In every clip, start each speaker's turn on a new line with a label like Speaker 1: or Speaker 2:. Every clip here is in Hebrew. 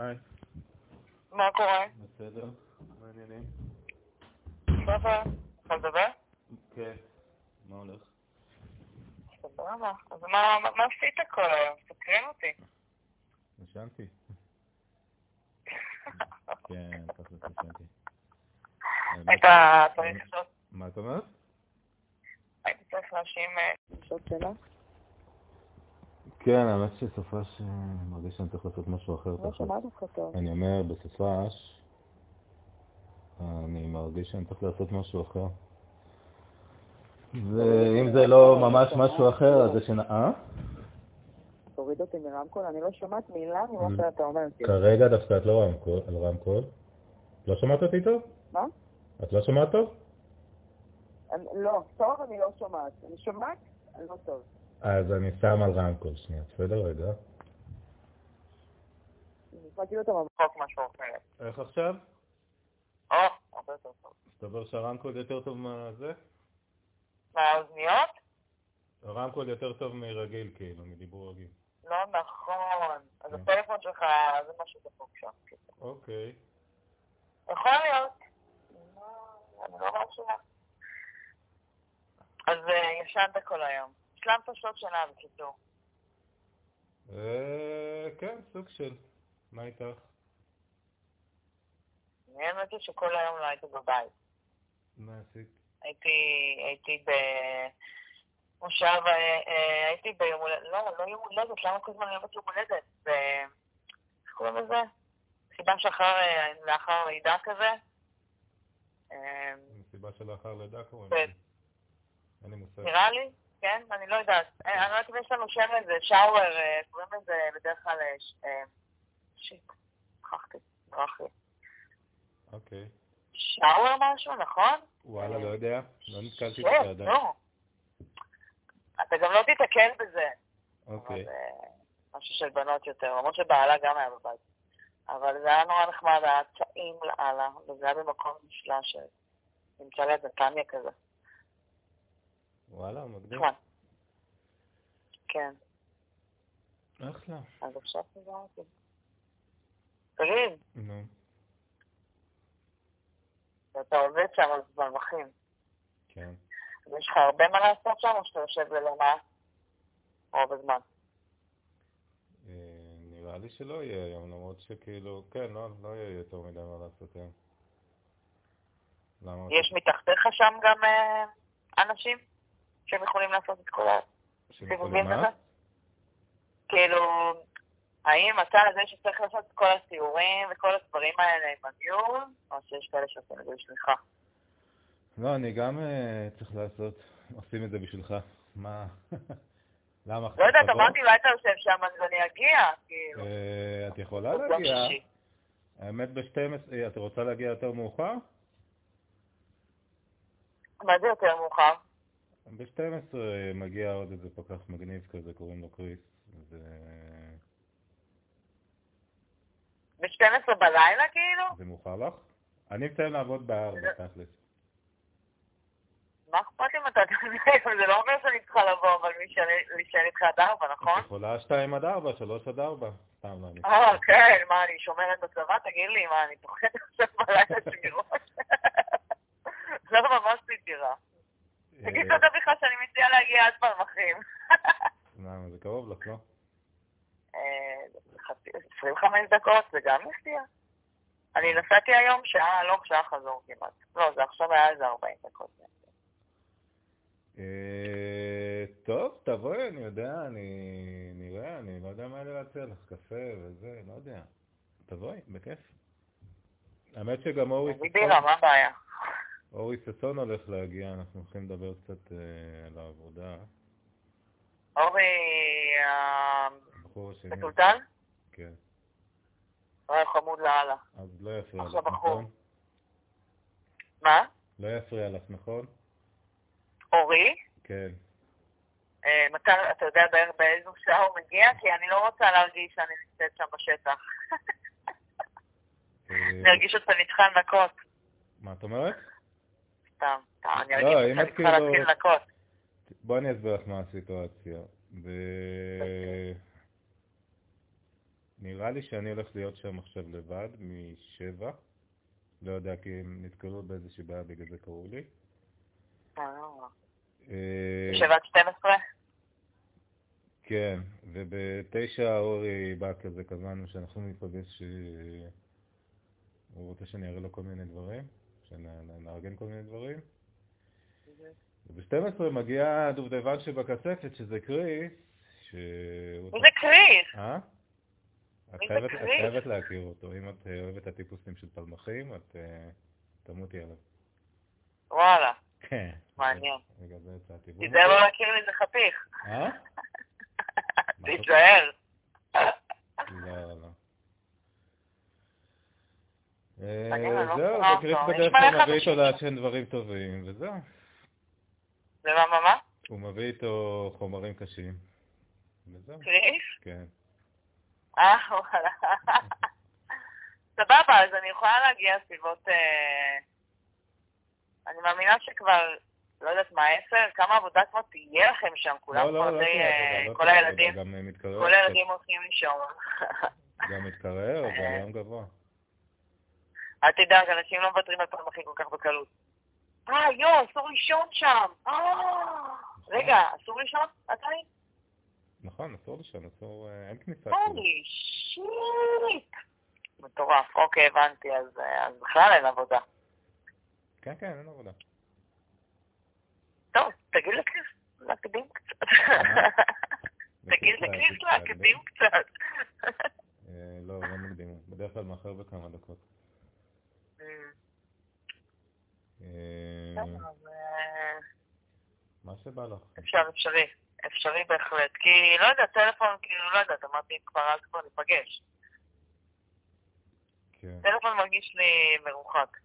Speaker 1: היי,
Speaker 2: מה קורה?
Speaker 1: בסדר? מה העניינים?
Speaker 2: בסדר? אתה מדבר?
Speaker 1: כן. מה הולך?
Speaker 2: סבבה. אז מה מה עשית כל היום? סקרן אותי.
Speaker 1: ישנתי. כן, תכלס ישנתי.
Speaker 2: היית צריך לעשות...
Speaker 1: מה את אומרת?
Speaker 2: היית צריך להאשים... אה, לעשות שאלה?
Speaker 1: כן, האמת שסופש אה, מרגיש שאני צריך לעשות משהו אחר
Speaker 2: לא
Speaker 1: תכלס.
Speaker 2: שמעתי אותך טוב.
Speaker 1: אני אומר, בסופש אני מרגיש שאני צריך לעשות משהו אחר. ואם זה לא ממש משהו אחר, אז זה שנ... אה?
Speaker 2: תוריד אותי מרמקול, אני לא שומעת מילה ממה שאתה אומר. כאילו.
Speaker 1: כרגע דווקא את לא רמקול, על רמקול. לא שמעת אותי טוב?
Speaker 2: מה?
Speaker 1: את לא שומעת טוב?
Speaker 2: אני- לא, טוב אני לא שומעת. אני שומעת? לא טוב.
Speaker 1: אז אני שם על רמקול שנייה, בסדר רגע.
Speaker 2: נשמע כאילו אתה מבחוק משהו אחר.
Speaker 1: איך עכשיו?
Speaker 2: או, הרבה יותר טוב.
Speaker 1: מסתבר שהרמקול יותר טוב מזה?
Speaker 2: מהאוזניות?
Speaker 1: הרמקול יותר טוב מרגיל, כאילו, מדיבור רגיל.
Speaker 2: לא נכון. אז
Speaker 1: כן.
Speaker 2: הטלפון שלך זה משהו דפוק שם. כאילו.
Speaker 1: אוקיי.
Speaker 2: יכול להיות. לא, אני לא מרשימה. אז אה, ישנת כל היום. השלמת שעות שינה בקיצור.
Speaker 1: אה, כן, סוג של. מה איתך?
Speaker 2: מעניין אותי שכל היום לא הייתי בבית.
Speaker 1: מה עשית?
Speaker 2: הייתי, הייתי במושב, אה, אה, הייתי ביום הולדת, לא, לא יום הולדת, למה כל הזמן אני אוהבת יום הולדת? ב... איך קוראים לזה? סיבה שאחר, אה, לאחר לידה כזה? אה,
Speaker 1: מסיבה שלאחר לידה קוראים
Speaker 2: כן.
Speaker 1: לזה. אין לי מושג.
Speaker 2: נראה לי, כן? אני לא יודעת. אה, אני לא יודעת אם יש לנו שם לזה, שאואר, אה, קוראים לזה בדרך כלל... אה, ש- אה, שיט, שכחתי, לא ברח לי.
Speaker 1: אוקיי.
Speaker 2: שאואר משהו, נכון?
Speaker 1: וואלה, לא יודע. לא נתקלתי
Speaker 2: כן,
Speaker 1: בזה עדיין.
Speaker 2: נו. אתה גם לא תיתקל בזה.
Speaker 1: אוקיי.
Speaker 2: אבל, אה, משהו של בנות יותר, למרות שבעלה גם היה בבית. אבל זה היה נורא נחמד, היה טעים לאללה, וזה היה במקום נפלא שנמצא ליד נתניה כזה.
Speaker 1: וואלה, מגדיר.
Speaker 2: נחמד. כן.
Speaker 1: אחלה.
Speaker 2: אז עכשיו חזרתי. תגיד,
Speaker 1: נו.
Speaker 2: אתה עובד שם אז מרווחים.
Speaker 1: כן.
Speaker 2: אז יש לך הרבה מה לעשות שם, או שאתה יושב ללא מה? רוב הזמן.
Speaker 1: אה, נראה לי שלא יהיה היום, למרות שכאילו, כן, לא, לא יהיה יותר מדי מה לעשות היום. למה?
Speaker 2: יש מתחתיך שם גם אה, אנשים שהם יכולים לעשות את כל ה...
Speaker 1: שהם יכולים
Speaker 2: סיבובים
Speaker 1: מה?
Speaker 2: כזה? כאילו, האם אתה זה שצריך לעשות את כל הסיורים וכל הדברים האלה עם הניהול, או שיש כאלה שעושים את זה בשבילך?
Speaker 1: לא, אני גם אה, צריך לעשות, עושים את זה בשבילך. מה? למה?
Speaker 2: לא יודעת,
Speaker 1: תבוא?
Speaker 2: אמרתי, אולי אתה יושב שם, אז אני אגיע, כאילו.
Speaker 1: אוקיי.
Speaker 2: לא
Speaker 1: אה, את יכולה
Speaker 2: אז יום
Speaker 1: להגיע.
Speaker 2: שישי.
Speaker 1: האמת ב-12, את רוצה להגיע יותר מאוחר?
Speaker 2: מה זה יותר מאוחר?
Speaker 1: ב-12 אה, מגיע עוד איזה פקח מגניב כזה, קוראים לו קריס. זה,
Speaker 2: ב-12 בלילה, כאילו?
Speaker 1: זה מאוחר לך? אני מסיים לעבוד בארבע, תכלס.
Speaker 2: מה אכפת אם אתה תעשה? זה לא אומר שאני צריכה לבוא, אבל להישאר- להישאר איתך עד ארבע, נכון?
Speaker 1: את יכולה 2 עד 4, 3 עד 4. סתם לא, אני...
Speaker 2: אה, כן, מה, אני שומרת בצבא? תגיד לי, מה, אני פוחדת עכשיו בלילה שמירות? לא, ממש סתירה. תגיד
Speaker 1: אה,
Speaker 2: תודה בכלל שאני מציעה להגיע עד פרמחים.
Speaker 1: למה, זה קרוב לך, לא?
Speaker 2: אה, חצי- 25 דקות זה גם מפתיע. אני נסעתי היום שעה הלוך, שעה חזור כמעט. לא, זה עכשיו היה איזה 40 דקות.
Speaker 1: אה, טוב, תבואי, אני יודע, אני נראה, אני לא יודע מה לי להציע לך, קפה וזה, לא יודע. תבואי, בכיף. האמת שגם אורי
Speaker 2: תגידי לה, מה הבעיה?
Speaker 1: אורי ששון הולך להגיע, אנחנו הולכים לדבר קצת אה, על העבודה.
Speaker 2: אורי אה,
Speaker 1: אה. הבחור השני,
Speaker 2: המטולטל?
Speaker 1: כן.
Speaker 2: אוי, לא חמוד לאללה.
Speaker 1: אז לא יפריע לך,
Speaker 2: אחלה בחור.
Speaker 1: נכון?
Speaker 2: מה?
Speaker 1: לא יפריע לך, נכון?
Speaker 2: אורי?
Speaker 1: כן.
Speaker 2: אה, מתי, אתה יודע בערך באיזו שעה הוא מגיע? כי אני לא רוצה להרגיש שאני נמצאת שם בשטח.
Speaker 1: אה, כן.
Speaker 2: אני ארגיש אותה נתחיל לנקות,
Speaker 1: אה, מה את אומרת?
Speaker 2: סתם. סתם, אני
Speaker 1: לא,
Speaker 2: ארגיש
Speaker 1: אם
Speaker 2: אותה
Speaker 1: את
Speaker 2: נתחיל
Speaker 1: כאילו-
Speaker 2: להתחיל לנקות.
Speaker 1: בואי אני אסביר לך מה הסיטואציה. ב... נראה לי שאני הולך להיות שם עכשיו לבד, משבע. לא יודע, כי הם נתקלו באיזושהי בעיה, בגלל זה קראו לי.
Speaker 2: אה,
Speaker 1: אה,
Speaker 2: שבעת 12?
Speaker 1: כן, ובתשע אורי בא כזה, קבענו שאנחנו ניפגש, אה, הוא רוצה שאני אראה לו כל מיני דברים, שנארגן כל מיני דברים. כן. וב-12 מגיע הדובדבן שבכספת, שזה קריס, שהוא...
Speaker 2: מי זה קריס?
Speaker 1: אה? את
Speaker 2: מי זה
Speaker 1: חייבת- את
Speaker 2: קריס?
Speaker 1: חייבת להכיר אותו. אם את אה, אוהבת את הטיפוסים של פלמחים, את אה, תמותי עליו.
Speaker 2: וואלה,
Speaker 1: כן.
Speaker 2: מעניין.
Speaker 1: בגלל זה יצאתי. והוא
Speaker 2: תיזהר לא להכיר לי זה חתיך.
Speaker 1: אה? מה אתה-
Speaker 2: תיזהר.
Speaker 1: לא, לא.
Speaker 2: מעניין, אני
Speaker 1: אה,
Speaker 2: לא
Speaker 1: זהו,
Speaker 2: מכירה
Speaker 1: וקריס
Speaker 2: אותו.
Speaker 1: בדרך
Speaker 2: נשמע
Speaker 1: כלל
Speaker 2: לך
Speaker 1: מביא איתו
Speaker 2: משהו.
Speaker 1: לעשן דברים טובים, וזהו.
Speaker 2: ומה, מה, מה?
Speaker 1: הוא מביא איתו חומרים קשים. וזהו,
Speaker 2: קריס?
Speaker 1: כן.
Speaker 2: אה, וואלה. סבבה, אז אני יכולה להגיע סביבות... אה, אני מאמינה שכבר, לא יודעת מה, עשר? כמה עבודה כבר תהיה לכם שם? כולם
Speaker 1: לא, לא,
Speaker 2: כבר
Speaker 1: לא
Speaker 2: די...
Speaker 1: תהיה
Speaker 2: אה,
Speaker 1: עבודה, לא
Speaker 2: כל
Speaker 1: תהיה
Speaker 2: הילדים,
Speaker 1: עבודה, גם לא מתקרר,
Speaker 2: כל הילדים הולכים לישון.
Speaker 1: גם מתקרר, אבל
Speaker 2: אה.
Speaker 1: היום גבוה.
Speaker 2: אל תדאג, אנשים לא מוותרים על פעם הכי כל כך בקלות. אה, יואו, אסור לישון שם! אה, רגע, אסור לישון? עדיין?
Speaker 1: נכון, אסור לישון, אסור, אה, אין כניסה כאילו.
Speaker 2: הולי שיט! מטורף. אוקיי, הבנתי, אז אה, אז בכלל אין עבודה.
Speaker 1: כן, כן, אין עבודה.
Speaker 2: טוב, תגיד לקריס להקדים קצת. תגיד
Speaker 1: בקיצור, להקדים.
Speaker 2: לקריס אה, כאילו להקדים קצת.
Speaker 1: אה, לא, לא מקדימים. בדרך כלל מאחר בכמה דקות. אה,
Speaker 2: טוב, אז, אה,
Speaker 1: מה שבא לך.
Speaker 2: אפשר, אפשרי. אפשרי בהחלט. כי, לא יודע, טלפון, כאילו, לא יודעת, אמרתי, כבר אז כבר ניפגש.
Speaker 1: כן.
Speaker 2: טלפון מרגיש לי מרוחק.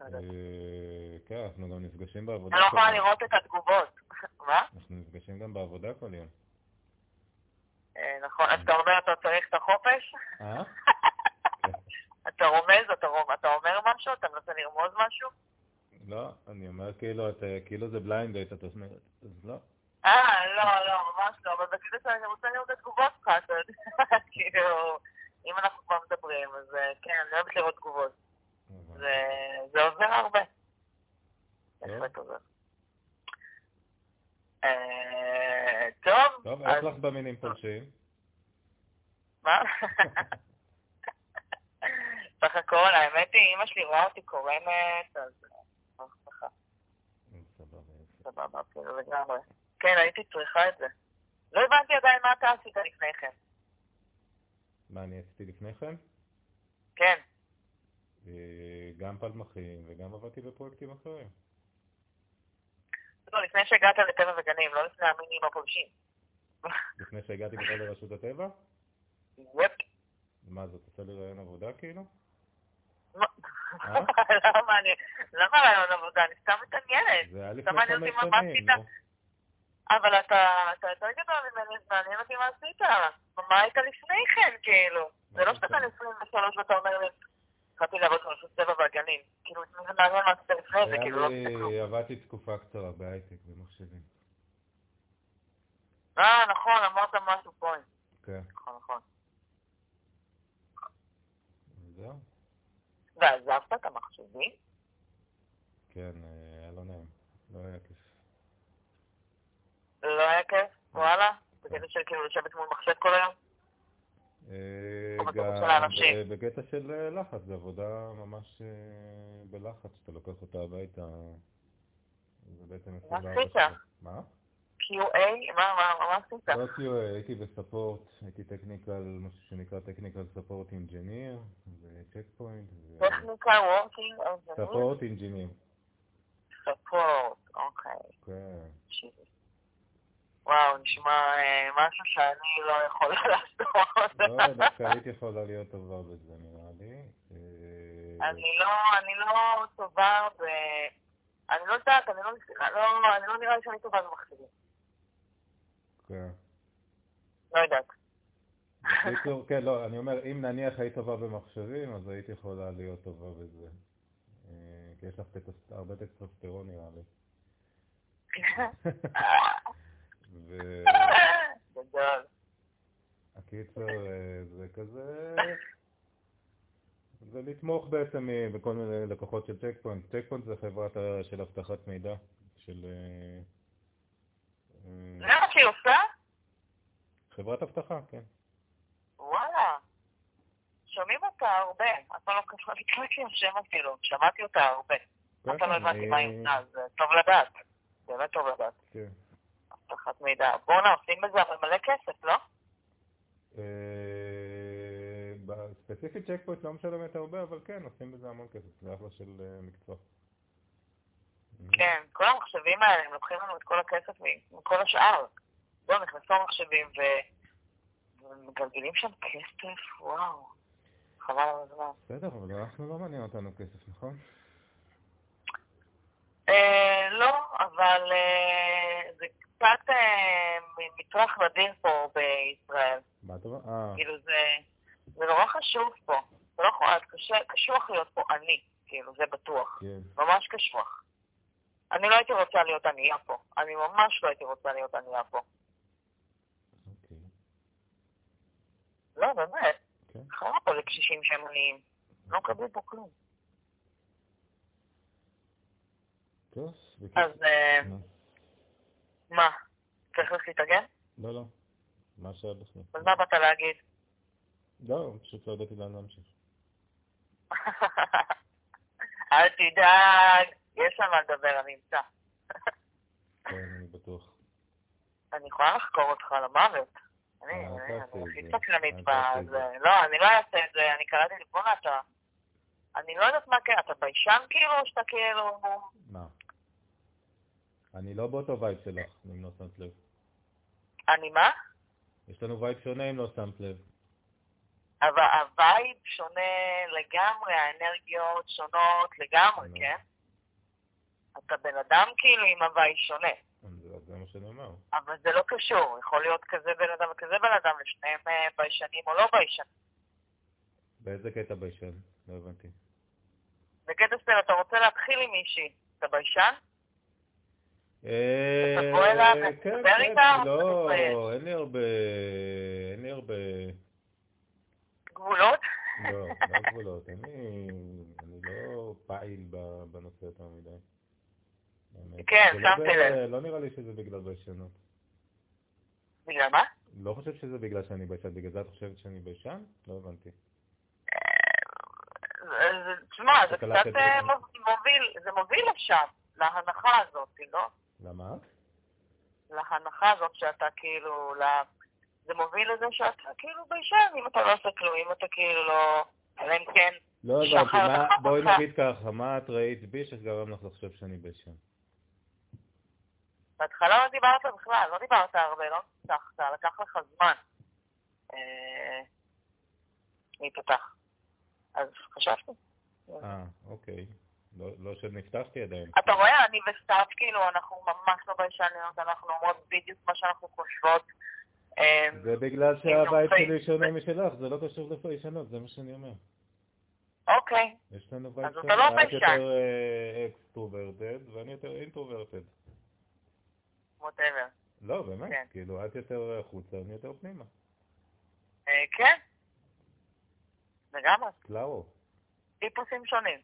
Speaker 2: לא יודעת.
Speaker 1: אה, כן, אנחנו גם נפגשים בעבודה
Speaker 2: אני לא
Speaker 1: כל יום.
Speaker 2: יכולה לראות את התגובות. מה?
Speaker 1: אנחנו נפגשים גם בעבודה כל יום.
Speaker 2: אה, נכון. אז אתה אומר, אתה צריך את החופש?
Speaker 1: אה?
Speaker 2: אתה רומז, אתה רומ- אתה אומר משהו? אתה מנסה לרמוז משהו?
Speaker 1: לא, אני אומר כאילו, את, אה, כאילו זה בליינד דייט, את אומרת. אז לא.
Speaker 2: אה, לא, לא, ממש לא, אבל בקטע שאני רוצה לראות את התגובות שלך, אתה יודע, כאילו, אם אנחנו כבר מדברים, אז אה, כן, אני אוהבת לראות תגובות.
Speaker 1: אבל-
Speaker 2: זה- זה עוזר הרבה. בהחלט עוזר. אה, טוב,
Speaker 1: טוב,
Speaker 2: אז
Speaker 1: איך לך במינים פולשים?
Speaker 2: מה? סך הכל, האמת היא, אמא שלי רואה אותי קורנת, אז אה, ככה,
Speaker 1: אה, סבבה, יפה.
Speaker 2: סבבה, כאילו לגמרי. כן, הייתי צריכה את זה. לא הבנתי עדיין מה אתה עשית לפני כן.
Speaker 1: מה אני עשיתי לפני כן?
Speaker 2: כן.
Speaker 1: אה, גם פלמחים וגם עבדתי בפרויקטים אחרים.
Speaker 2: לא, לפני שהגעת לטבע וגנים, לא לפני המינים הפולשים.
Speaker 1: לפני שהגעתי בכלל לרשות הטבע?
Speaker 2: יפ.
Speaker 1: מה זאת, עושה לי רעיון עבודה כאילו?
Speaker 2: מה?
Speaker 1: אה?
Speaker 2: למה אני... למה רעיון עבודה? אני סתם מתעניינת.
Speaker 1: זה היה לפני
Speaker 2: אתה מעניין
Speaker 1: חמש
Speaker 2: אותי מה
Speaker 1: שנים,
Speaker 2: עשית?
Speaker 1: נו.
Speaker 2: אבל אתה אתה יותר גדול ממני, אז מעניין אותי מה עשית. מה היית לפני כן, כאילו? זה לא שאתה בן 23 ואתה אומר לי, התחלתי לעבוד ברשות טבע והגנים. כאילו, זה מעניין מה עשית לפני זה, כאילו, לא
Speaker 1: היה
Speaker 2: עשית כלום.
Speaker 1: לי, עבדתי תקופה קצרה בהייטק, במחשבים.
Speaker 2: אה, נכון, אמרת משהו פה.
Speaker 1: כן,
Speaker 2: נכון, נכון.
Speaker 1: זהו.
Speaker 2: ועזבת את המחשבים?
Speaker 1: כן, אה, היה לא נעים. לא היה כיף.
Speaker 2: לא היה כיף? וואלה? בקטע של כאילו לשבת מול מחשב כל היום?
Speaker 1: אה,
Speaker 2: אבל אתה רוצה
Speaker 1: גם
Speaker 2: לאנשים.
Speaker 1: ב- בקטע של אה, לחץ, זו עבודה ממש אה, בלחץ, שאתה לוקח אותה הביתה. זה בעצם 24
Speaker 2: עשית?
Speaker 1: שעות. מה?
Speaker 2: QA? מה, מה, מה עשית?
Speaker 1: לא QA, הייתי בספורט, הייתי טכניקל, משהו שנקרא טכניקל ספורט אינג'יניר, וצ'ק פוינט, ו-
Speaker 2: טכניקה אה, וורקינג אנג'יניר?
Speaker 1: ספורט אינג'יניר,
Speaker 2: ספורט, אוקיי.
Speaker 1: כן.
Speaker 2: שיט. וואו, נשמע אה, משהו שאני לא יכולה לעשות.
Speaker 1: לא, דווקא היית יכולה להיות טובה בזה, נראה לי. אה,
Speaker 2: אני לא, אני לא טובה ב... אני לא יודעת, אני לא, לא, אני לא נראה לי שאני טובה במחשבים.
Speaker 1: כן.
Speaker 2: לא יודעת.
Speaker 1: בקיצור, כן, לא, אני אומר, אם נניח היית טובה במחשבים, אז היית יכולה להיות טובה בזה. אה, כי יש לך טטוס- הרבה טסטוסטרון נראה לי. אוקיי. ו...
Speaker 2: גדול.
Speaker 1: הקיצר, אה, זה כזה... זה לתמוך בעצם אה, בכל מיני לקוחות של צ'קפוינט. צ'קפוינט זה חברת ה- של אבטחת מידע, של... אה,
Speaker 2: זה
Speaker 1: אה,
Speaker 2: מה שהיא עושה?
Speaker 1: חברת אבטחה, כן.
Speaker 2: וואלה. שומעים אותה הרבה. אף פעם לא קשור לקראתי השם אפילו. שמעתי אותה הרבה. אף פעם לא
Speaker 1: כן,
Speaker 2: הבנתי
Speaker 1: אה,
Speaker 2: מה היא עושה, אז אה, טוב לדעת. באמת טוב לדעת.
Speaker 1: כן.
Speaker 2: אבטחת מידע. בואנה, עושים בזה אבל מלא כסף, לא?
Speaker 1: אה, ב- ספציפית צ'קפוינט לא משלמת הרבה, אבל כן, עושים בזה המון כסף, זה אחלה של אה, מקצוע. אה,
Speaker 2: כן, כל המחשבים האלה, הם לוקחים לנו את כל הכסף מ- מכל השאר. לא, נכנסו המחשבים ו... ומגלגלים שם כסף, וואו. חבל על הזמן.
Speaker 1: בסדר, אבל אנחנו לא מעניין אותנו כסף, נכון?
Speaker 2: אה, לא, אבל אה, זה קצת אה, מטרח מדהים פה בישראל.
Speaker 1: מה אתה אומר? אה,
Speaker 2: כאילו זה, זה נורא חשוב פה. זה לא יכול, קשה, קשוח להיות פה עני, כאילו, זה בטוח.
Speaker 1: כן.
Speaker 2: ממש קשוח. אני לא הייתי רוצה להיות ענייה פה. אני ממש לא הייתי רוצה להיות ענייה פה.
Speaker 1: אוקיי.
Speaker 2: לא, באמת.
Speaker 1: כן.
Speaker 2: חרא פה לקשישים שהם עניים. לא מקבלים פה כלום.
Speaker 1: טוב,
Speaker 2: אז
Speaker 1: בקיצור.
Speaker 2: אה,
Speaker 1: נו,
Speaker 2: מה? צריך ללכת להתארגן?
Speaker 1: לא, לא. מה שהיה בכלל.
Speaker 2: אז מה באת להגיד?
Speaker 1: לא, פשוט לא ידעתי לאן להמשיך.
Speaker 2: אל תדאג, יש על מה לדבר, אני אמצא.
Speaker 1: כן, אני בטוח.
Speaker 2: אני יכולה לחקור אותך למוות. אני
Speaker 1: אה, אל
Speaker 2: אני-
Speaker 1: תעשה
Speaker 2: אני
Speaker 1: את
Speaker 2: הכי
Speaker 1: זה.
Speaker 2: סקרנית
Speaker 1: אל תעשה את
Speaker 2: בזה. לא, אני לא אעשה את זה, אני קראתי לי, בואנה אתה... אני לא יודעת מה כן, אתה ביישן כאילו, או שאתה כאילו...
Speaker 1: מה? אני לא באותו וייב שלך, אם לא שמת לב.
Speaker 2: אני מה?
Speaker 1: יש לנו וייב שונה אם לא שמת לב.
Speaker 2: אבל הווייב שונה לגמרי, האנרגיות שונות לגמרי,
Speaker 1: נו.
Speaker 2: כן? אתה בן אדם כאילו עם הווייב שונה,
Speaker 1: אז אז זה מה שאני אומר.
Speaker 2: אבל זה לא קשור, יכול להיות כזה בן אדם וכזה בן אדם, לשניהם אה, ביישנים או לא ביישנים.
Speaker 1: באיזה קטע ביישן? לא הבנתי.
Speaker 2: בגדסטל אתה רוצה להתחיל עם מישהי, אתה ביישן?
Speaker 1: אה,
Speaker 2: אתה בוא אליו, אתה
Speaker 1: כן,
Speaker 2: מדבר
Speaker 1: כן,
Speaker 2: איתה, או אתה
Speaker 1: לא,
Speaker 2: מתבייש?
Speaker 1: אין לי הרבה, אין לי הרבה,
Speaker 2: גבולות?
Speaker 1: לא, לא גבולות, אני, אני לא פעיל ב- בנושא יותר מדי. האמת.
Speaker 2: כן,
Speaker 1: זה לא
Speaker 2: שמתי
Speaker 1: ב-
Speaker 2: לב.
Speaker 1: לא נראה לי שזה בגלל ביישנות.
Speaker 2: בגלל מה?
Speaker 1: לא חושב שזה בגלל שאני ביישן, בגלל זה את חושבת שאני ביישן? לא הבנתי.
Speaker 2: זה- זה- תשמע, זה
Speaker 1: שקלטת
Speaker 2: קצת
Speaker 1: את
Speaker 2: אה,
Speaker 1: זה. לא?
Speaker 2: מוב- מוביל, זה מוביל לשם, להנחה הזאת, לא?
Speaker 1: למה?
Speaker 2: להנחה הזאת שאתה כאילו, לה... זה מוביל לזה שאתה כאילו ביישן, אם אתה לא עושה כלום, אם אתה כאילו לא... אלא אם כן,
Speaker 1: לא
Speaker 2: שחר
Speaker 1: הבנתי, מה-
Speaker 2: לקח
Speaker 1: בואי
Speaker 2: אותך.
Speaker 1: נגיד ככה, מה את ראית בי שגרם לך לחשוב שאני ביישן?
Speaker 2: בהתחלה לא דיברת בכלל, לא דיברת הרבה, לא ניצחת, לקח לך זמן אה, להתפתח. אז חשבתי.
Speaker 1: אה, אוקיי. לא לא שנפתחתי עדיין.
Speaker 2: אתה רואה, אני וסתיו, כאילו, אנחנו ממש לא ביישניות, אנחנו אומרות בדיוק מה שאנחנו חושבות. אה,
Speaker 1: זה בגלל שהבית שלי שונה משלך, זה לא קשור לביישנות, זה מה שאני אומר.
Speaker 2: אוקיי,
Speaker 1: יש לנו בית
Speaker 2: אז אתה לא
Speaker 1: את
Speaker 2: ביישן.
Speaker 1: יותר אה, אקסטרוברטד ואני יותר אינטרוברטד.
Speaker 2: ווטאבר.
Speaker 1: לא, באמת,
Speaker 2: כן.
Speaker 1: כאילו, את יותר החוצה, אני יותר פנימה.
Speaker 2: אה, כן, לגמרי,
Speaker 1: קלאו,
Speaker 2: טיפוסים שונים.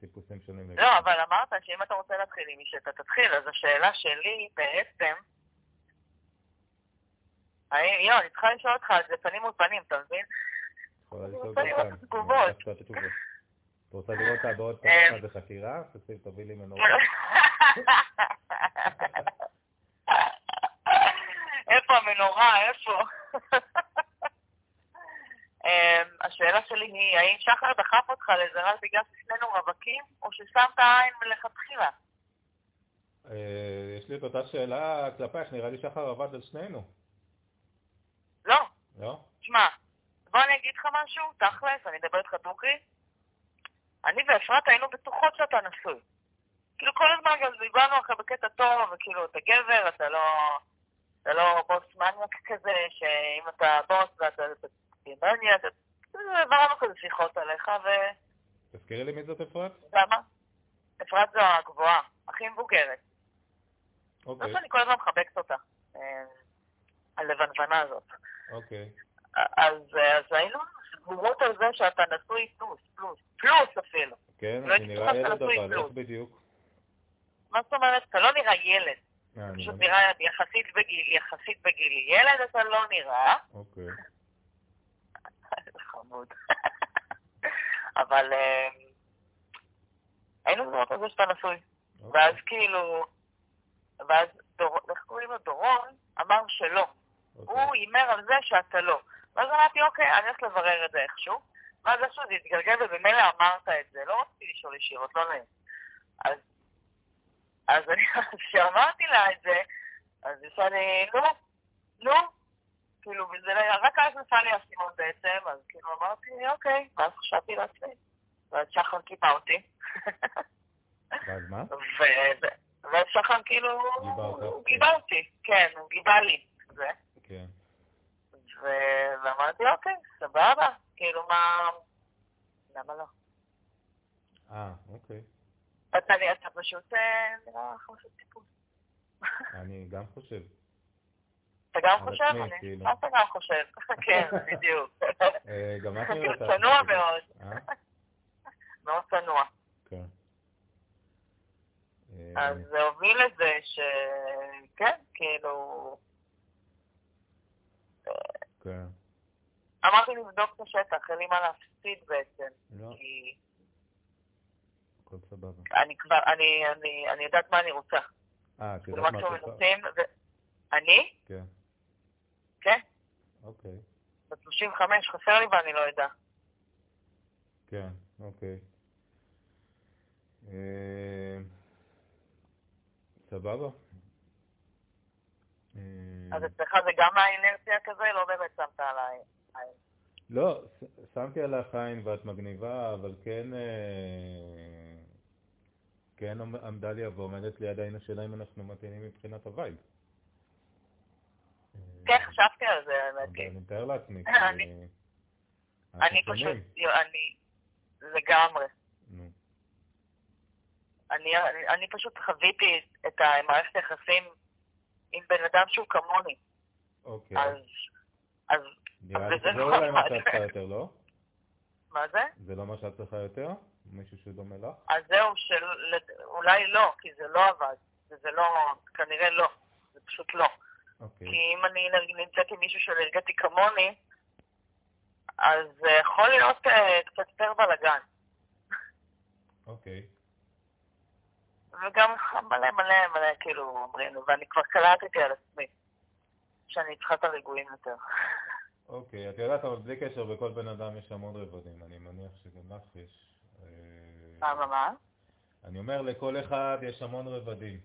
Speaker 1: טיפוסים שונים לגמרי.
Speaker 2: לא, אבל אמרת שאם אתה רוצה להתחיל עם מי שאתה תתחיל, אז השאלה שלי בעצם... האם- יואו, אני צריכה לשאול אותך על זה פנים מול פנים, אתה מבין?
Speaker 1: יכולה
Speaker 2: לא, אני
Speaker 1: לשאול
Speaker 2: רוצה
Speaker 1: גם
Speaker 2: לראות
Speaker 1: כאן,
Speaker 2: את
Speaker 1: אני
Speaker 2: התגובות.
Speaker 1: אקח את התשובות. את רוצה לראות אותה בעוד פעם
Speaker 2: אה. לא.
Speaker 1: אחת בחקירה? תעשי- תביא לי מנורה.
Speaker 2: איפה המנורה? איפה? אמ, השאלה שלי היא, האם שחר דחף אותך לזה רק בגלל ששנינו רווקים, או ששמת עין מלכתחילה?
Speaker 1: אה, יש לי את אותה שאלה כלפייך, נראה לי שחר עבד על שנינו,
Speaker 2: לא,
Speaker 1: לא?
Speaker 2: תשמע, בוא אני אגיד לך משהו, תכלס, אני אדבר איתך דוגרי. אני ואפרת היינו בטוחות שאתה נשוי. כאילו כל הזמן גם דיברנו לך בקטע טוב, וכאילו אתה גבר, אתה לא, אתה לא בוס מניאק כזה, שאם אתה בוס ואתה אתה תהיה מניאק, אז עברנו כזה שיחות עליך, ולמה?
Speaker 1: תזכירי לי מי זאת אפרת?
Speaker 2: אפרת זו הגבוהה, הכי מבוגרת. לא
Speaker 1: אוקיי,
Speaker 2: נכון. שאני כל הזמן מחבקת אותה, אה, הלבנוונה הזאת.
Speaker 1: אוקיי.
Speaker 2: אז אז היינו סגורות על זה שאתה נשוי פלוס, פלוס, פלוס אפילו.
Speaker 1: כן,
Speaker 2: לא
Speaker 1: אני נראה
Speaker 2: הייתי צריכה
Speaker 1: ילד
Speaker 2: לעשות
Speaker 1: אבל,
Speaker 2: כלום.
Speaker 1: איך בדיוק?
Speaker 2: מה זאת אומרת? אתה לא נראה ילד.
Speaker 1: אה, אני
Speaker 2: פשוט
Speaker 1: לא-
Speaker 2: נראה יחסית בגיל, יחסית בגילי. ילד אתה לא נראה.
Speaker 1: אוקיי.
Speaker 2: חמוד. אבל אה, היינו סגורות על זה שאתה נשוי.
Speaker 1: אוקיי.
Speaker 2: ואז כאילו, ואז דור- איך קוראים לו? דורון אמר שלא.
Speaker 1: אוקיי.
Speaker 2: הוא הימר על זה שאתה לא. ואז אמרתי, אוקיי, אני הולך לברר את זה איכשהו. ואז איכשהו זה התגלגל ובמילא אמרת את זה. לא רציתי לשאול ישירות, לא נעים. אז, אז אני, כשאמרתי לה את זה, אז היא עושה לי, נו, נו. כאילו, וזה לא- רק אז נפל לי הסימון בעצם, אז כאילו אמרתי, אוקיי. ואז חשבתי לעצמי. ואז שחר קיפה אותי.
Speaker 1: ואז מה?
Speaker 2: ו- ו- ואז שחר כאילו...
Speaker 1: גיבה אותך,
Speaker 2: הוא
Speaker 1: כן.
Speaker 2: גיבה אותי, כן, הוא גיבה לי. זה.
Speaker 1: כן.
Speaker 2: ו- ואמרתי, אוקיי, סבבה, כאילו מה... למה לא?
Speaker 1: אה, אוקיי.
Speaker 2: אתה, אתה פשוט אה, נראה לך לעשות טיפול.
Speaker 1: אני גם חושב.
Speaker 2: אתה גם
Speaker 1: על
Speaker 2: חושב?
Speaker 1: עצמי,
Speaker 2: אני-
Speaker 1: כאילו.
Speaker 2: מה אתה גם חושב? כן, בדיוק.
Speaker 1: אה, גם את
Speaker 2: כאילו,
Speaker 1: נראית...
Speaker 2: צנוע מאוד,
Speaker 1: אה?
Speaker 2: מאוד צנוע.
Speaker 1: כן. אה,
Speaker 2: אז זה הוביל לזה שכן, כאילו...
Speaker 1: כן.
Speaker 2: אמרתי לבדוק את השטח, אין לי מה להפסיד בעצם,
Speaker 1: לא,
Speaker 2: כי
Speaker 1: הכל סבבה.
Speaker 2: אני כבר, אני, אני, אני יודעת מה אני רוצה. כאילו,
Speaker 1: אה, את
Speaker 2: זה
Speaker 1: יודעת מה את
Speaker 2: מקסימום
Speaker 1: עושה?
Speaker 2: מנסים, ו... אני?
Speaker 1: כן.
Speaker 2: כן?
Speaker 1: אוקיי.
Speaker 2: בת 35, חסר לי ואני לא יודע.
Speaker 1: כן, אוקיי. אה, סבבה. אה,
Speaker 2: אז אצלך זה גם האינרציה כזה? לא באמת שמת עליי.
Speaker 1: לא, ש- שמתי עלייך עין ואת מגניבה, אבל כן, אה, כן עמ- עמדה לי ועומדת ליד העין השאלה אם אנחנו מתאימים מבחינת הווייב. אה,
Speaker 2: כן, חשבתי על זה, האמת.
Speaker 1: אבל
Speaker 2: כן.
Speaker 1: אני מתאר לעצמי, אה, כי...
Speaker 2: אני-
Speaker 1: אנחנו
Speaker 2: אני פשוט,
Speaker 1: שונים.
Speaker 2: אני, לגמרי.
Speaker 1: נו,
Speaker 2: אני, אני, אני פשוט חוויתי את המערכת היחסים עם בן אדם שהוא כמוני.
Speaker 1: אוקיי.
Speaker 2: אז, אז,
Speaker 1: נראה לי
Speaker 2: וזה
Speaker 1: שזה
Speaker 2: לא
Speaker 1: אולי מה
Speaker 2: עבד.
Speaker 1: שאת צריכה יותר, לא?
Speaker 2: מה זה?
Speaker 1: זה לא מה שאת צריכה יותר? מישהו שדומה לך?
Speaker 2: אז זהו, של, אולי לא, כי זה לא עבד. וזה לא, כנראה לא. זה פשוט לא.
Speaker 1: אוקיי.
Speaker 2: כי אם אני נמצאת עם מישהו שנרגעתי כמוני, אז אה, יכול להיות אה, קצת יותר בלאגן.
Speaker 1: אוקיי.
Speaker 2: וגם מלא מלא מלא כאילו אומרים, לי, ואני כבר קלטתי על עצמי שאני צריכה את הריגועים יותר.
Speaker 1: אוקיי, את יודעת, אבל בלי קשר, בכל בן אדם יש המון רבדים, אני מניח שגם לך יש. אה,
Speaker 2: מה מה מה?
Speaker 1: אני אומר, לכל אחד יש המון רבדים.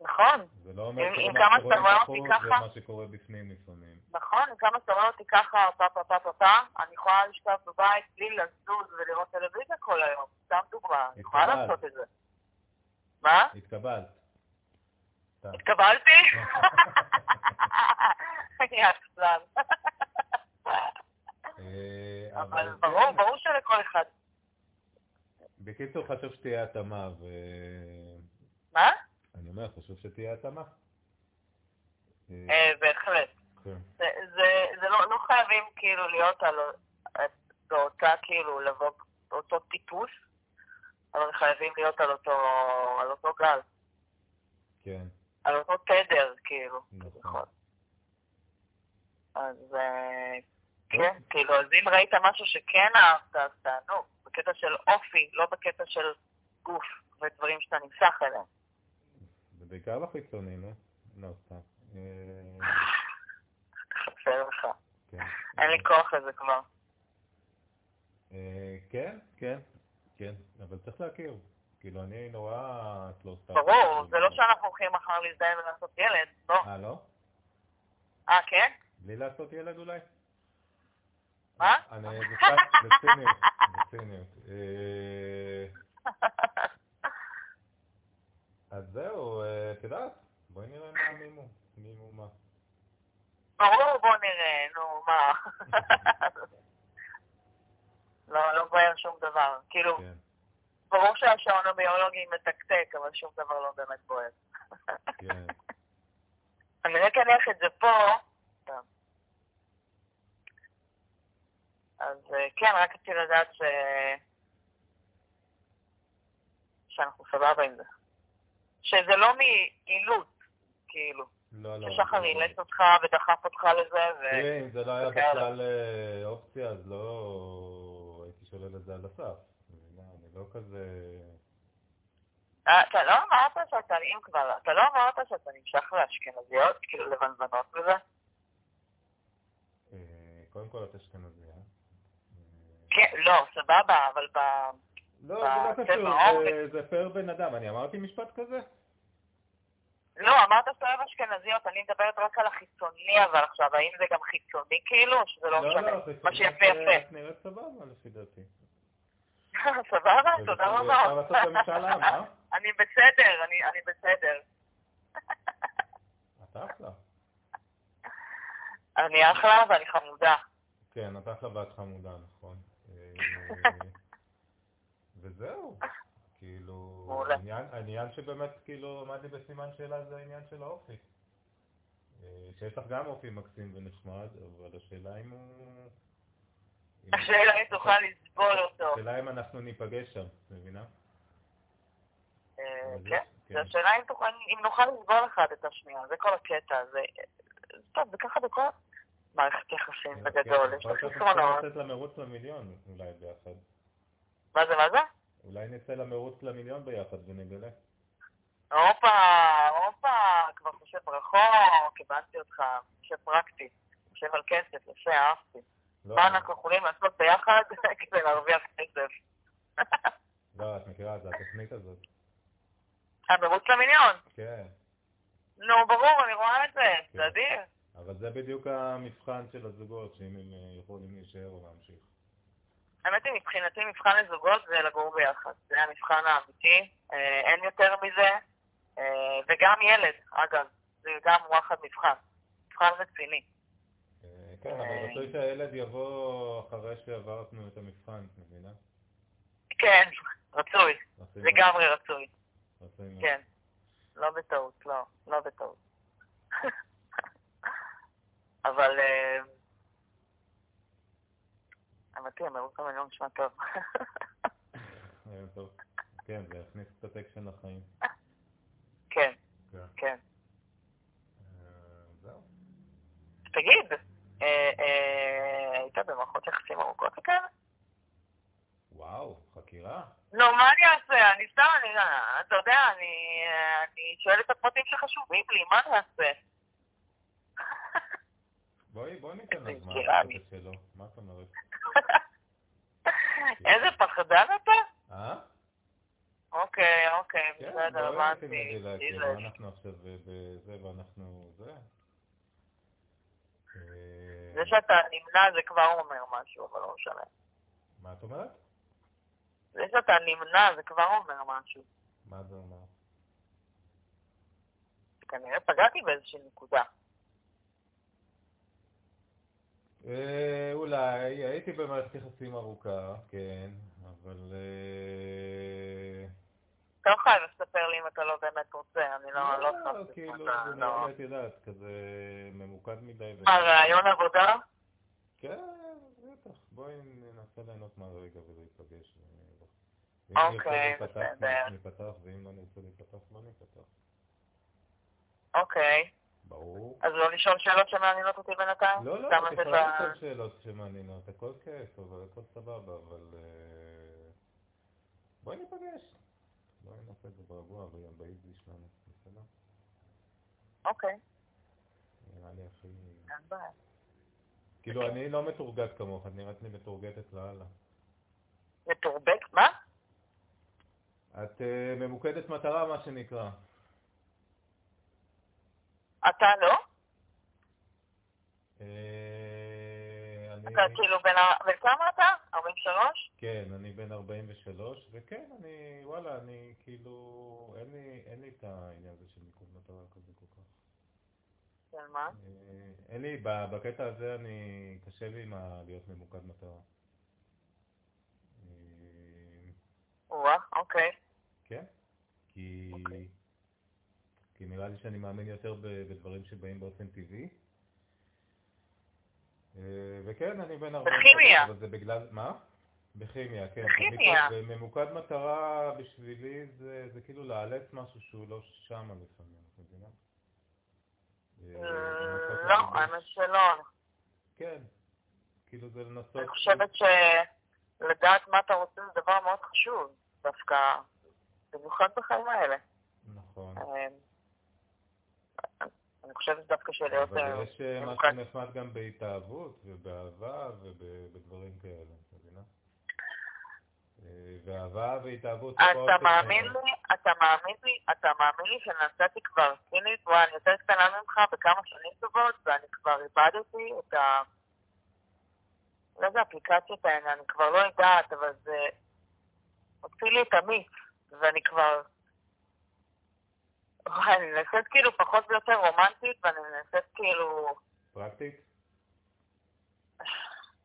Speaker 2: נכון,
Speaker 1: זה לא אומר
Speaker 2: אם- אם
Speaker 1: שמה
Speaker 2: כמה
Speaker 1: שקורה
Speaker 2: אתה רואה
Speaker 1: בחוץ
Speaker 2: אותי
Speaker 1: זה
Speaker 2: ככה-
Speaker 1: מה שקורה בפנים לפעמים.
Speaker 2: נכון, כמה שאתה רואה אותי ככה, פה פה פה פה פה, אני יכולה לשכב בבית בלי לזוז ולראות טלוויזיה כל היום, סתם דוגמה, אני יכולה
Speaker 1: התקבלת.
Speaker 2: לעשות את זה. מה?
Speaker 1: התקבלת. אתה.
Speaker 2: התקבלתי? אני עצלן.
Speaker 1: אה,
Speaker 2: אבל
Speaker 1: אבל
Speaker 2: ברור,
Speaker 1: כן,
Speaker 2: ברור שלכל אחד.
Speaker 1: בקיצור, חשוב שתהיה התאמה, ואני
Speaker 2: מה?
Speaker 1: אומר, חשוב שתהיה התאמה. אה,
Speaker 2: אה, בהחלט.
Speaker 1: כן.
Speaker 2: זה- זה זה לא לא חייבים כאילו להיות על... באותה כאילו לבוא באותו טיפוס, אבל חייבים להיות על אותו על אותו גל,
Speaker 1: כן,
Speaker 2: על אותו תדר כאילו.
Speaker 1: נכון.
Speaker 2: נכון. אז אה,
Speaker 1: אוקיי.
Speaker 2: כן, כאילו, אז אם ראית משהו שכן אהבת, אז תענו, בקטע של אופי, לא בקטע של גוף ודברים שאתה נמשך אליהם.
Speaker 1: זה בעיקר לחיצוני, נו. לא, סתם. אה,
Speaker 2: חסר לך.
Speaker 1: כן.
Speaker 2: אין לי כוח לזה כבר.
Speaker 1: אה, כן, כן, כן, אבל צריך להכיר. כאילו, אני נורא סלוסטאר.
Speaker 2: ברור, זה לא שאנחנו הולכים מחר להזדהן ולעשות ילד, לא.
Speaker 1: אה, לא?
Speaker 2: אה, כן?
Speaker 1: בלי לעשות ילד אולי?
Speaker 2: מה?
Speaker 1: אני, זה סתם- זה ציניות, זה ציניות. אה, אז זהו, אה, את יודעת? בואי נראה מה מימו. מימו מה.
Speaker 2: ברור, בוא נראה, נו, מה. לא, לא בוער שום דבר. כאילו,
Speaker 1: כן,
Speaker 2: ברור שהשעון הביולוגי מתקתק, אבל שום דבר לא באמת בוער.
Speaker 1: כן.
Speaker 2: אני רק אניח את זה פה, אז אה, כן, רק רציתי לדעת ש... שאנחנו סבבה עם זה. שזה לא מעילות, כאילו.
Speaker 1: לא, לא.
Speaker 2: ששחר
Speaker 1: זה-
Speaker 2: אילץ אותך ודחף אותך לזה, ו...
Speaker 1: תראי, אם זה לא היה
Speaker 2: אוקיי,
Speaker 1: בכלל אה, אופציה, אז לא הייתי שולל את זה על הסף. מבינה? אני לא כזה...
Speaker 2: אה, אתה לא אמרת שאתה, אם כבר, אתה לא אמרת שאתה נמשך לאשכנזיות, כאילו לבנבנות וזה?
Speaker 1: אה, קודם כל את אשכנזייה. אה,
Speaker 2: כן, לא, סבבה, אבל ב...
Speaker 1: לא, זה לא
Speaker 2: בצבע
Speaker 1: קשור,
Speaker 2: העור.
Speaker 1: זה- זה פייר בן אדם. אני אמרתי משפט כזה?
Speaker 2: לא, אמרת שאתה אוהב אשכנזיות, אני מדברת רק על החיצוני אבל עכשיו, האם זה גם חיצוני כאילו, או שזה לא משנה?
Speaker 1: זה
Speaker 2: מה
Speaker 1: כאילו
Speaker 2: שיפה, יפה.
Speaker 1: את נראית סבבה לפי דעתי.
Speaker 2: סבבה, תודה
Speaker 1: ובסדר,
Speaker 2: רבה.
Speaker 1: אפשר לעשות גם משאל עם, אה?
Speaker 2: אני בסדר, אני אני בסדר.
Speaker 1: את אחלה.
Speaker 2: אני אחלה ואני חמודה.
Speaker 1: כן, את אחלה ואת חמודה, נכון. אה, וזהו, כאילו,
Speaker 2: מעולה.
Speaker 1: העניין, העניין שבאמת כאילו עמד לי בסימן שאלה זה העניין של האופי. אה, שיש לך גם אופי מקסים ונחמד, אבל השאלה אם הוא... אם-
Speaker 2: השאלה אם תוכל לסבול אותו.
Speaker 1: השאלה אם אנחנו ניפגש שם, את מבינה?
Speaker 2: אה,
Speaker 1: אבל יש-
Speaker 2: כן. זה השאלה אם תוכל- אם נוכל לסבול אחד את השנייה, זה כל הקטע. זה טוב, זה ככה בכל מערכת
Speaker 1: כן.
Speaker 2: יחסים בגדול, יש לך חסרונות.
Speaker 1: לצאת למרוץ למיליון אולי ביחד.
Speaker 2: מה זה, מה זה?
Speaker 1: אולי נצא למרוץ למיליון ביחד ונגלה.
Speaker 2: הופה, הופה, כבר חושב רחוק, קיבלתי אותך, חושב פרקטי, חושב על כסף, יפה, אהבתי.
Speaker 1: לא,
Speaker 2: מה אנחנו יכולים לעשות ביחד כדי להרוויח כסף?
Speaker 1: לא, את מכירה, זה התוכנית הזאת.
Speaker 2: המרוץ למיליון.
Speaker 1: כן.
Speaker 2: נו, ברור, אני רואה את זה, זה אדיר.
Speaker 1: אבל זה בדיוק המבחן של הזוגות, שאם הם אה, יכולים להישאר או להמשיך.
Speaker 2: האמת היא, מבחינתי מבחן לזוגות זה לגור ביחד. זה המבחן האמיתי, אה, אין יותר מזה. אה, וגם ילד, אגב, זה גם וואחד מבחן. מבחן רציני.
Speaker 1: אה, כן, אבל רצוי שהילד יבוא אחרי שעברנו את המבחן, את מבינה?
Speaker 2: כן, רצוי,
Speaker 1: רצוי מאוד,
Speaker 2: לגמרי רצוי,
Speaker 1: רצוי מאוד.
Speaker 2: כן. לא בטעות, לא, לא בטעות. אבל... אה, האמת היא, המרוץ המיליון נשמע טוב.
Speaker 1: אה, טוב. כן, זה יכניס קצת אקשן לחיים.
Speaker 2: כן,
Speaker 1: כן.
Speaker 2: כן.
Speaker 1: אה, זהו.
Speaker 2: תגיד, אה, אה, היית במערכות יחסים ארוכות כן? כאלה?
Speaker 1: וואו, חקירה.
Speaker 2: נו, מה אני אעשה? אני סתם, אני, אה, אתה יודע, אני, אה, אני שואלת את הפרטים שחשובים לי, מה אני אעשה?
Speaker 1: בואי, בואי ניתן
Speaker 2: איזה
Speaker 1: לה זמן
Speaker 2: יצירה
Speaker 1: לעשות את שלו. מה את אומרת?
Speaker 2: איזה פחדן אתה?
Speaker 1: אה?
Speaker 2: אוקיי, אוקיי,
Speaker 1: כן,
Speaker 2: בסדר, כאילו
Speaker 1: בואי
Speaker 2: הבנתי.
Speaker 1: תלמדי להכיר.
Speaker 2: איזה-
Speaker 1: מה אנחנו עכשיו אה, בזה ואנחנו זה? אה,
Speaker 2: זה שאתה נמנע זה כבר אומר משהו, אבל לא משנה.
Speaker 1: מה את אומרת?
Speaker 2: זה שאתה נמנע זה כבר אומר משהו.
Speaker 1: מה זה אומר?
Speaker 2: כנראה פגעתי באיזושהי נקודה.
Speaker 1: אה, אולי, הייתי במערכת יחסים ארוכה, כן, אבל... אה,
Speaker 2: אתה לא חייב לספר לי אם אתה לא באמת רוצה, אני לא... לא
Speaker 1: לא,
Speaker 2: צריכה
Speaker 1: כאילו,
Speaker 2: לספר,
Speaker 1: זה
Speaker 2: לא. אה,
Speaker 1: נראה לי, את יודעת, כזה ממוקד מדי. ו-
Speaker 2: מה, רעיון עבודה?
Speaker 1: כן, בטח, בואי ננסה ליהנות מהרגע וזה ייפגש. אה, ואם
Speaker 2: אוקיי,
Speaker 1: נרצה להיפתח,
Speaker 2: בסדר.
Speaker 1: ניפתח, ואם לא נרצה להיפתח, לא ניפתח.
Speaker 2: אוקיי.
Speaker 1: ברור.
Speaker 2: אז לא לשאול שאלות שמעניינות אותי בינתיים?
Speaker 1: לא, לא,
Speaker 2: סתם
Speaker 1: את
Speaker 2: לתת
Speaker 1: יכולה
Speaker 2: לה-
Speaker 1: לשאול שאלות שמעניינות, הכל כיף, אבל הכל סבבה, אבל... אה, בואי ניפגש. בואי נעשה את זה ברגוע, וגם באיזי שלנו, בסדר?
Speaker 2: אוקיי,
Speaker 1: נראה לי הכי...
Speaker 2: אין בעיה.
Speaker 1: כאילו, אני לא מתורגת כמוך, את נראית לי מתורגתת לאללה.
Speaker 2: מתורבת? מה?
Speaker 1: את אה, ממוקדת מטרה, מה שנקרא.
Speaker 2: אתה לא?
Speaker 1: אה, אני...
Speaker 2: אתה כאילו בן ה... בן כמה אתה? 43?
Speaker 1: כן, אני בן 43, וכן, אני, וואלה, אני כאילו, אין לי, אין לי את העניין הזה של מיקוד מטרה כזה כל כך.
Speaker 2: של כן, מה?
Speaker 1: אה, אין לי, ב- בקטע הזה אני, קשה לי עם ה- להיות ממוקד מטרה. אה,
Speaker 2: או-אה, אוקיי.
Speaker 1: כן, כי,
Speaker 2: אוקיי.
Speaker 1: כי נראה לי שאני מאמין יותר ב- בדברים שבאים באופן טבעי. אה, אה, וכן, אני בן 40.
Speaker 2: בכימיה.
Speaker 1: אבל זה בגלל, מה? בכימיה, כן.
Speaker 2: בכימיה.
Speaker 1: וממוקד- וממוקד מטרה בשבילי זה, זה כאילו לאלץ משהו שהוא לא שם לפעמים, את מבינה? אה, לנסות
Speaker 2: לא,
Speaker 1: להרגיש-
Speaker 2: האמת שלא.
Speaker 1: כן. כאילו זה לנסות...
Speaker 2: אני חושבת שלדעת מה אתה רוצה זה דבר מאוד חשוב, דווקא, במיוחד בחיים האלה.
Speaker 1: נכון.
Speaker 2: אה, אני חושבת דווקא שלהיות...
Speaker 1: אבל יש אה,
Speaker 2: ממוקד.
Speaker 1: משהו נחמד גם בהתאהבות ובאהבה ובדברים כאלה, את מבינה? אה, ואהבה והתאהבות... זה לא
Speaker 2: אתה
Speaker 1: אופן,
Speaker 2: מאמין
Speaker 1: אה,
Speaker 2: לי, אתה מאמין לי, אתה מאמין לי שנעשיתי כבר צינית, וואי, אני יותר קטנה ממך בכמה שנים טובות, ואני כבר איבדתי את ה... לא יודע, האפליקציות האלה, אני כבר לא יודעת, אבל זה הוציא לי את המיץ, ואני כבר... וואי, אני נעשית כאילו פחות ויותר רומנטית, ואני נעשית כאילו...
Speaker 1: פרקטית?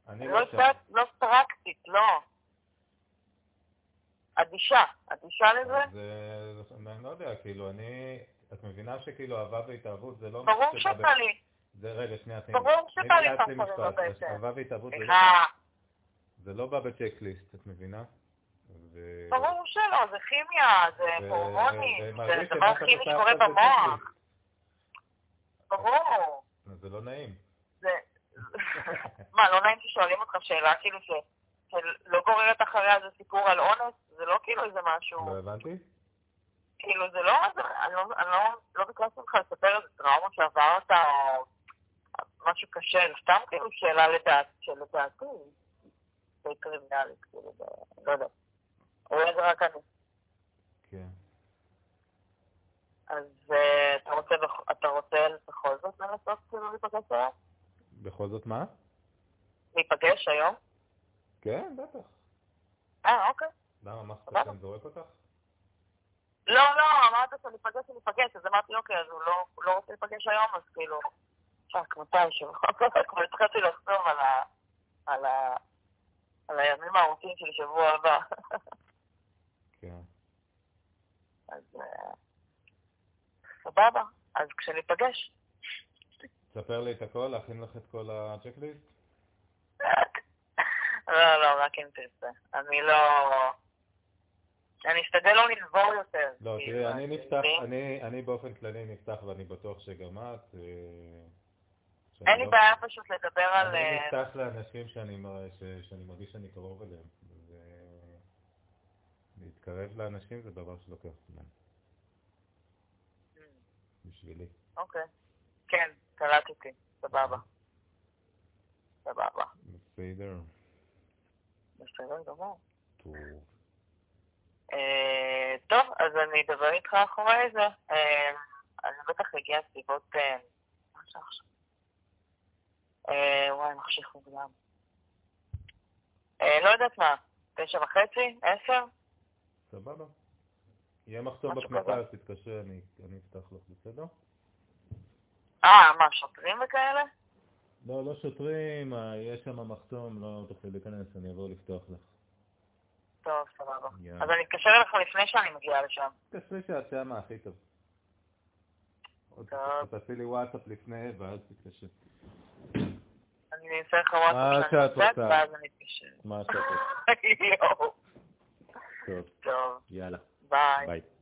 Speaker 1: אני
Speaker 2: לא
Speaker 1: לא שם.
Speaker 2: יודעת, לא פרקטית, לא. אדישה, אדישה לזה?
Speaker 1: אז, אה, זה- אני לא יודע, כאילו, אני... את מבינה שכאילו אהבה והתאהבות זה לא...
Speaker 2: ברור
Speaker 1: משהו שבא
Speaker 2: שאתה לי.
Speaker 1: ב- זה רגע, שנייה, תני
Speaker 2: ברור
Speaker 1: תני
Speaker 2: שבא לי
Speaker 1: להשלים
Speaker 2: ככה, זה לא
Speaker 1: משפט.
Speaker 2: בעצם.
Speaker 1: אהבה והתאהבות זה לא-
Speaker 2: סליחה.
Speaker 1: זה לא בא בצ'קליסט, את מבינה? ו-
Speaker 2: ברור שלא, זה כימיה, זה
Speaker 1: ו-
Speaker 2: הורמונים,
Speaker 1: ומרגיש
Speaker 2: זה
Speaker 1: שמה
Speaker 2: דבר
Speaker 1: שאת
Speaker 2: כימי
Speaker 1: עושה
Speaker 2: שקורה
Speaker 1: עכשיו זה
Speaker 2: במוח,
Speaker 1: צ'קליסט.
Speaker 2: ברור.
Speaker 1: אז זה לא נעים.
Speaker 2: זה... מה, לא נעים ששואלים אותך שאלה כאילו ש... שלא גוררת אחריה זה סיפור על אונס? זה לא כאילו איזה משהו,
Speaker 1: לא הבנתי?
Speaker 2: כאילו זה לא, זה- אני לא- אני לא- לא ביקשתי ממך לספר איזה טראומה שעברת או משהו קשה, זה סתם כאילו שאלה לדעת, שלדעתי זה טריוויאלי, כאילו, זה- לא יודע. אולי זה רק אני.
Speaker 1: כן.
Speaker 2: אז אה, אתה רוצה, בכ- אתה רוצה בכל זאת לנסות כאילו להיפגש היום?
Speaker 1: בכל זאת מה?
Speaker 2: להיפגש היום?
Speaker 1: כן, בטח.
Speaker 2: אה, אוקיי.
Speaker 1: למה, מה חשבת
Speaker 2: סבבה.
Speaker 1: שאני זורק אותך?
Speaker 2: לא, לא, אמרת שניפגש וניפגש, אז אמרתי, אוקיי, אז הוא לא, הוא לא רוצה להיפגש היום, אז כאילו, פאק, מתי שהוא? לא כבר התחלתי לחשוב על ה... על ה... על הימים הארוכים של שבוע הבא.
Speaker 1: כן.
Speaker 2: אז... אה, סבבה, אז כשניפגש.
Speaker 1: תספר לי את הכל, להכין לך את כל הצ'קליסט?
Speaker 2: לא, לא, רק אם תרצה. אני לא... אני אשתדל לא לנבור יותר.
Speaker 1: לא,
Speaker 2: כאילו,
Speaker 1: תראי, אני
Speaker 2: אתם
Speaker 1: נפתח,
Speaker 2: יודעים?
Speaker 1: אני, אני באופן כללי נפתח ואני בטוח שגם את... אה, שאני
Speaker 2: אין לי
Speaker 1: לא-
Speaker 2: בעיה פשוט לדבר על...
Speaker 1: אני
Speaker 2: אה,
Speaker 1: נפתח לאנשים שאני, מ- ש, שאני מרגיש שאני קרוב אליהם. ו- להתקרב לאנשים זה דבר שלוקח זמן,
Speaker 2: Mm.
Speaker 1: בשבילי.
Speaker 2: אוקיי. כן, קלטתי. סבבה. סבבה.
Speaker 1: בסדר.
Speaker 2: בסדר גמור.
Speaker 1: טוב.
Speaker 2: אה, טוב, אז אני אדבר איתך אחרי זה. אה, אני בטח אגיע סביבות... אה, מה השעה עכשיו? אה, וואי, מחשיך מוקדם. אה, לא יודעת מה, תשע וחצי? עשר?
Speaker 1: סבבה. יהיה מחסום
Speaker 2: משהו
Speaker 1: בכניסה,
Speaker 2: כזה.
Speaker 1: אז תתקשר, אני, אני אפתח לך, בסדר?
Speaker 2: אה, מה, שוטרים וכאלה?
Speaker 1: לא, לא שוטרים, אה, יש שם מחסום, לא תוכלי להיכנס, אני אבוא לפתוח לך.
Speaker 2: טוב, סבבה.
Speaker 1: יאללה.
Speaker 2: אז אני אתקשר אליך לפני שאני מגיעה לשם.
Speaker 1: תעשי שאת שמה הכי טוב. עוד
Speaker 2: טוב.
Speaker 1: ת- תעשי לי וואטסאפ לפני ואז תתקשר.
Speaker 2: אני אעשה לך
Speaker 1: שאת
Speaker 2: וואטסאפ כשאני יוצאת,
Speaker 1: רוצה.
Speaker 2: ואז אני אתקשר.
Speaker 1: מה שאת רוצה.
Speaker 2: יואו.
Speaker 1: טוב,
Speaker 2: טוב,
Speaker 1: יאללה,
Speaker 2: ביי.
Speaker 1: ביי.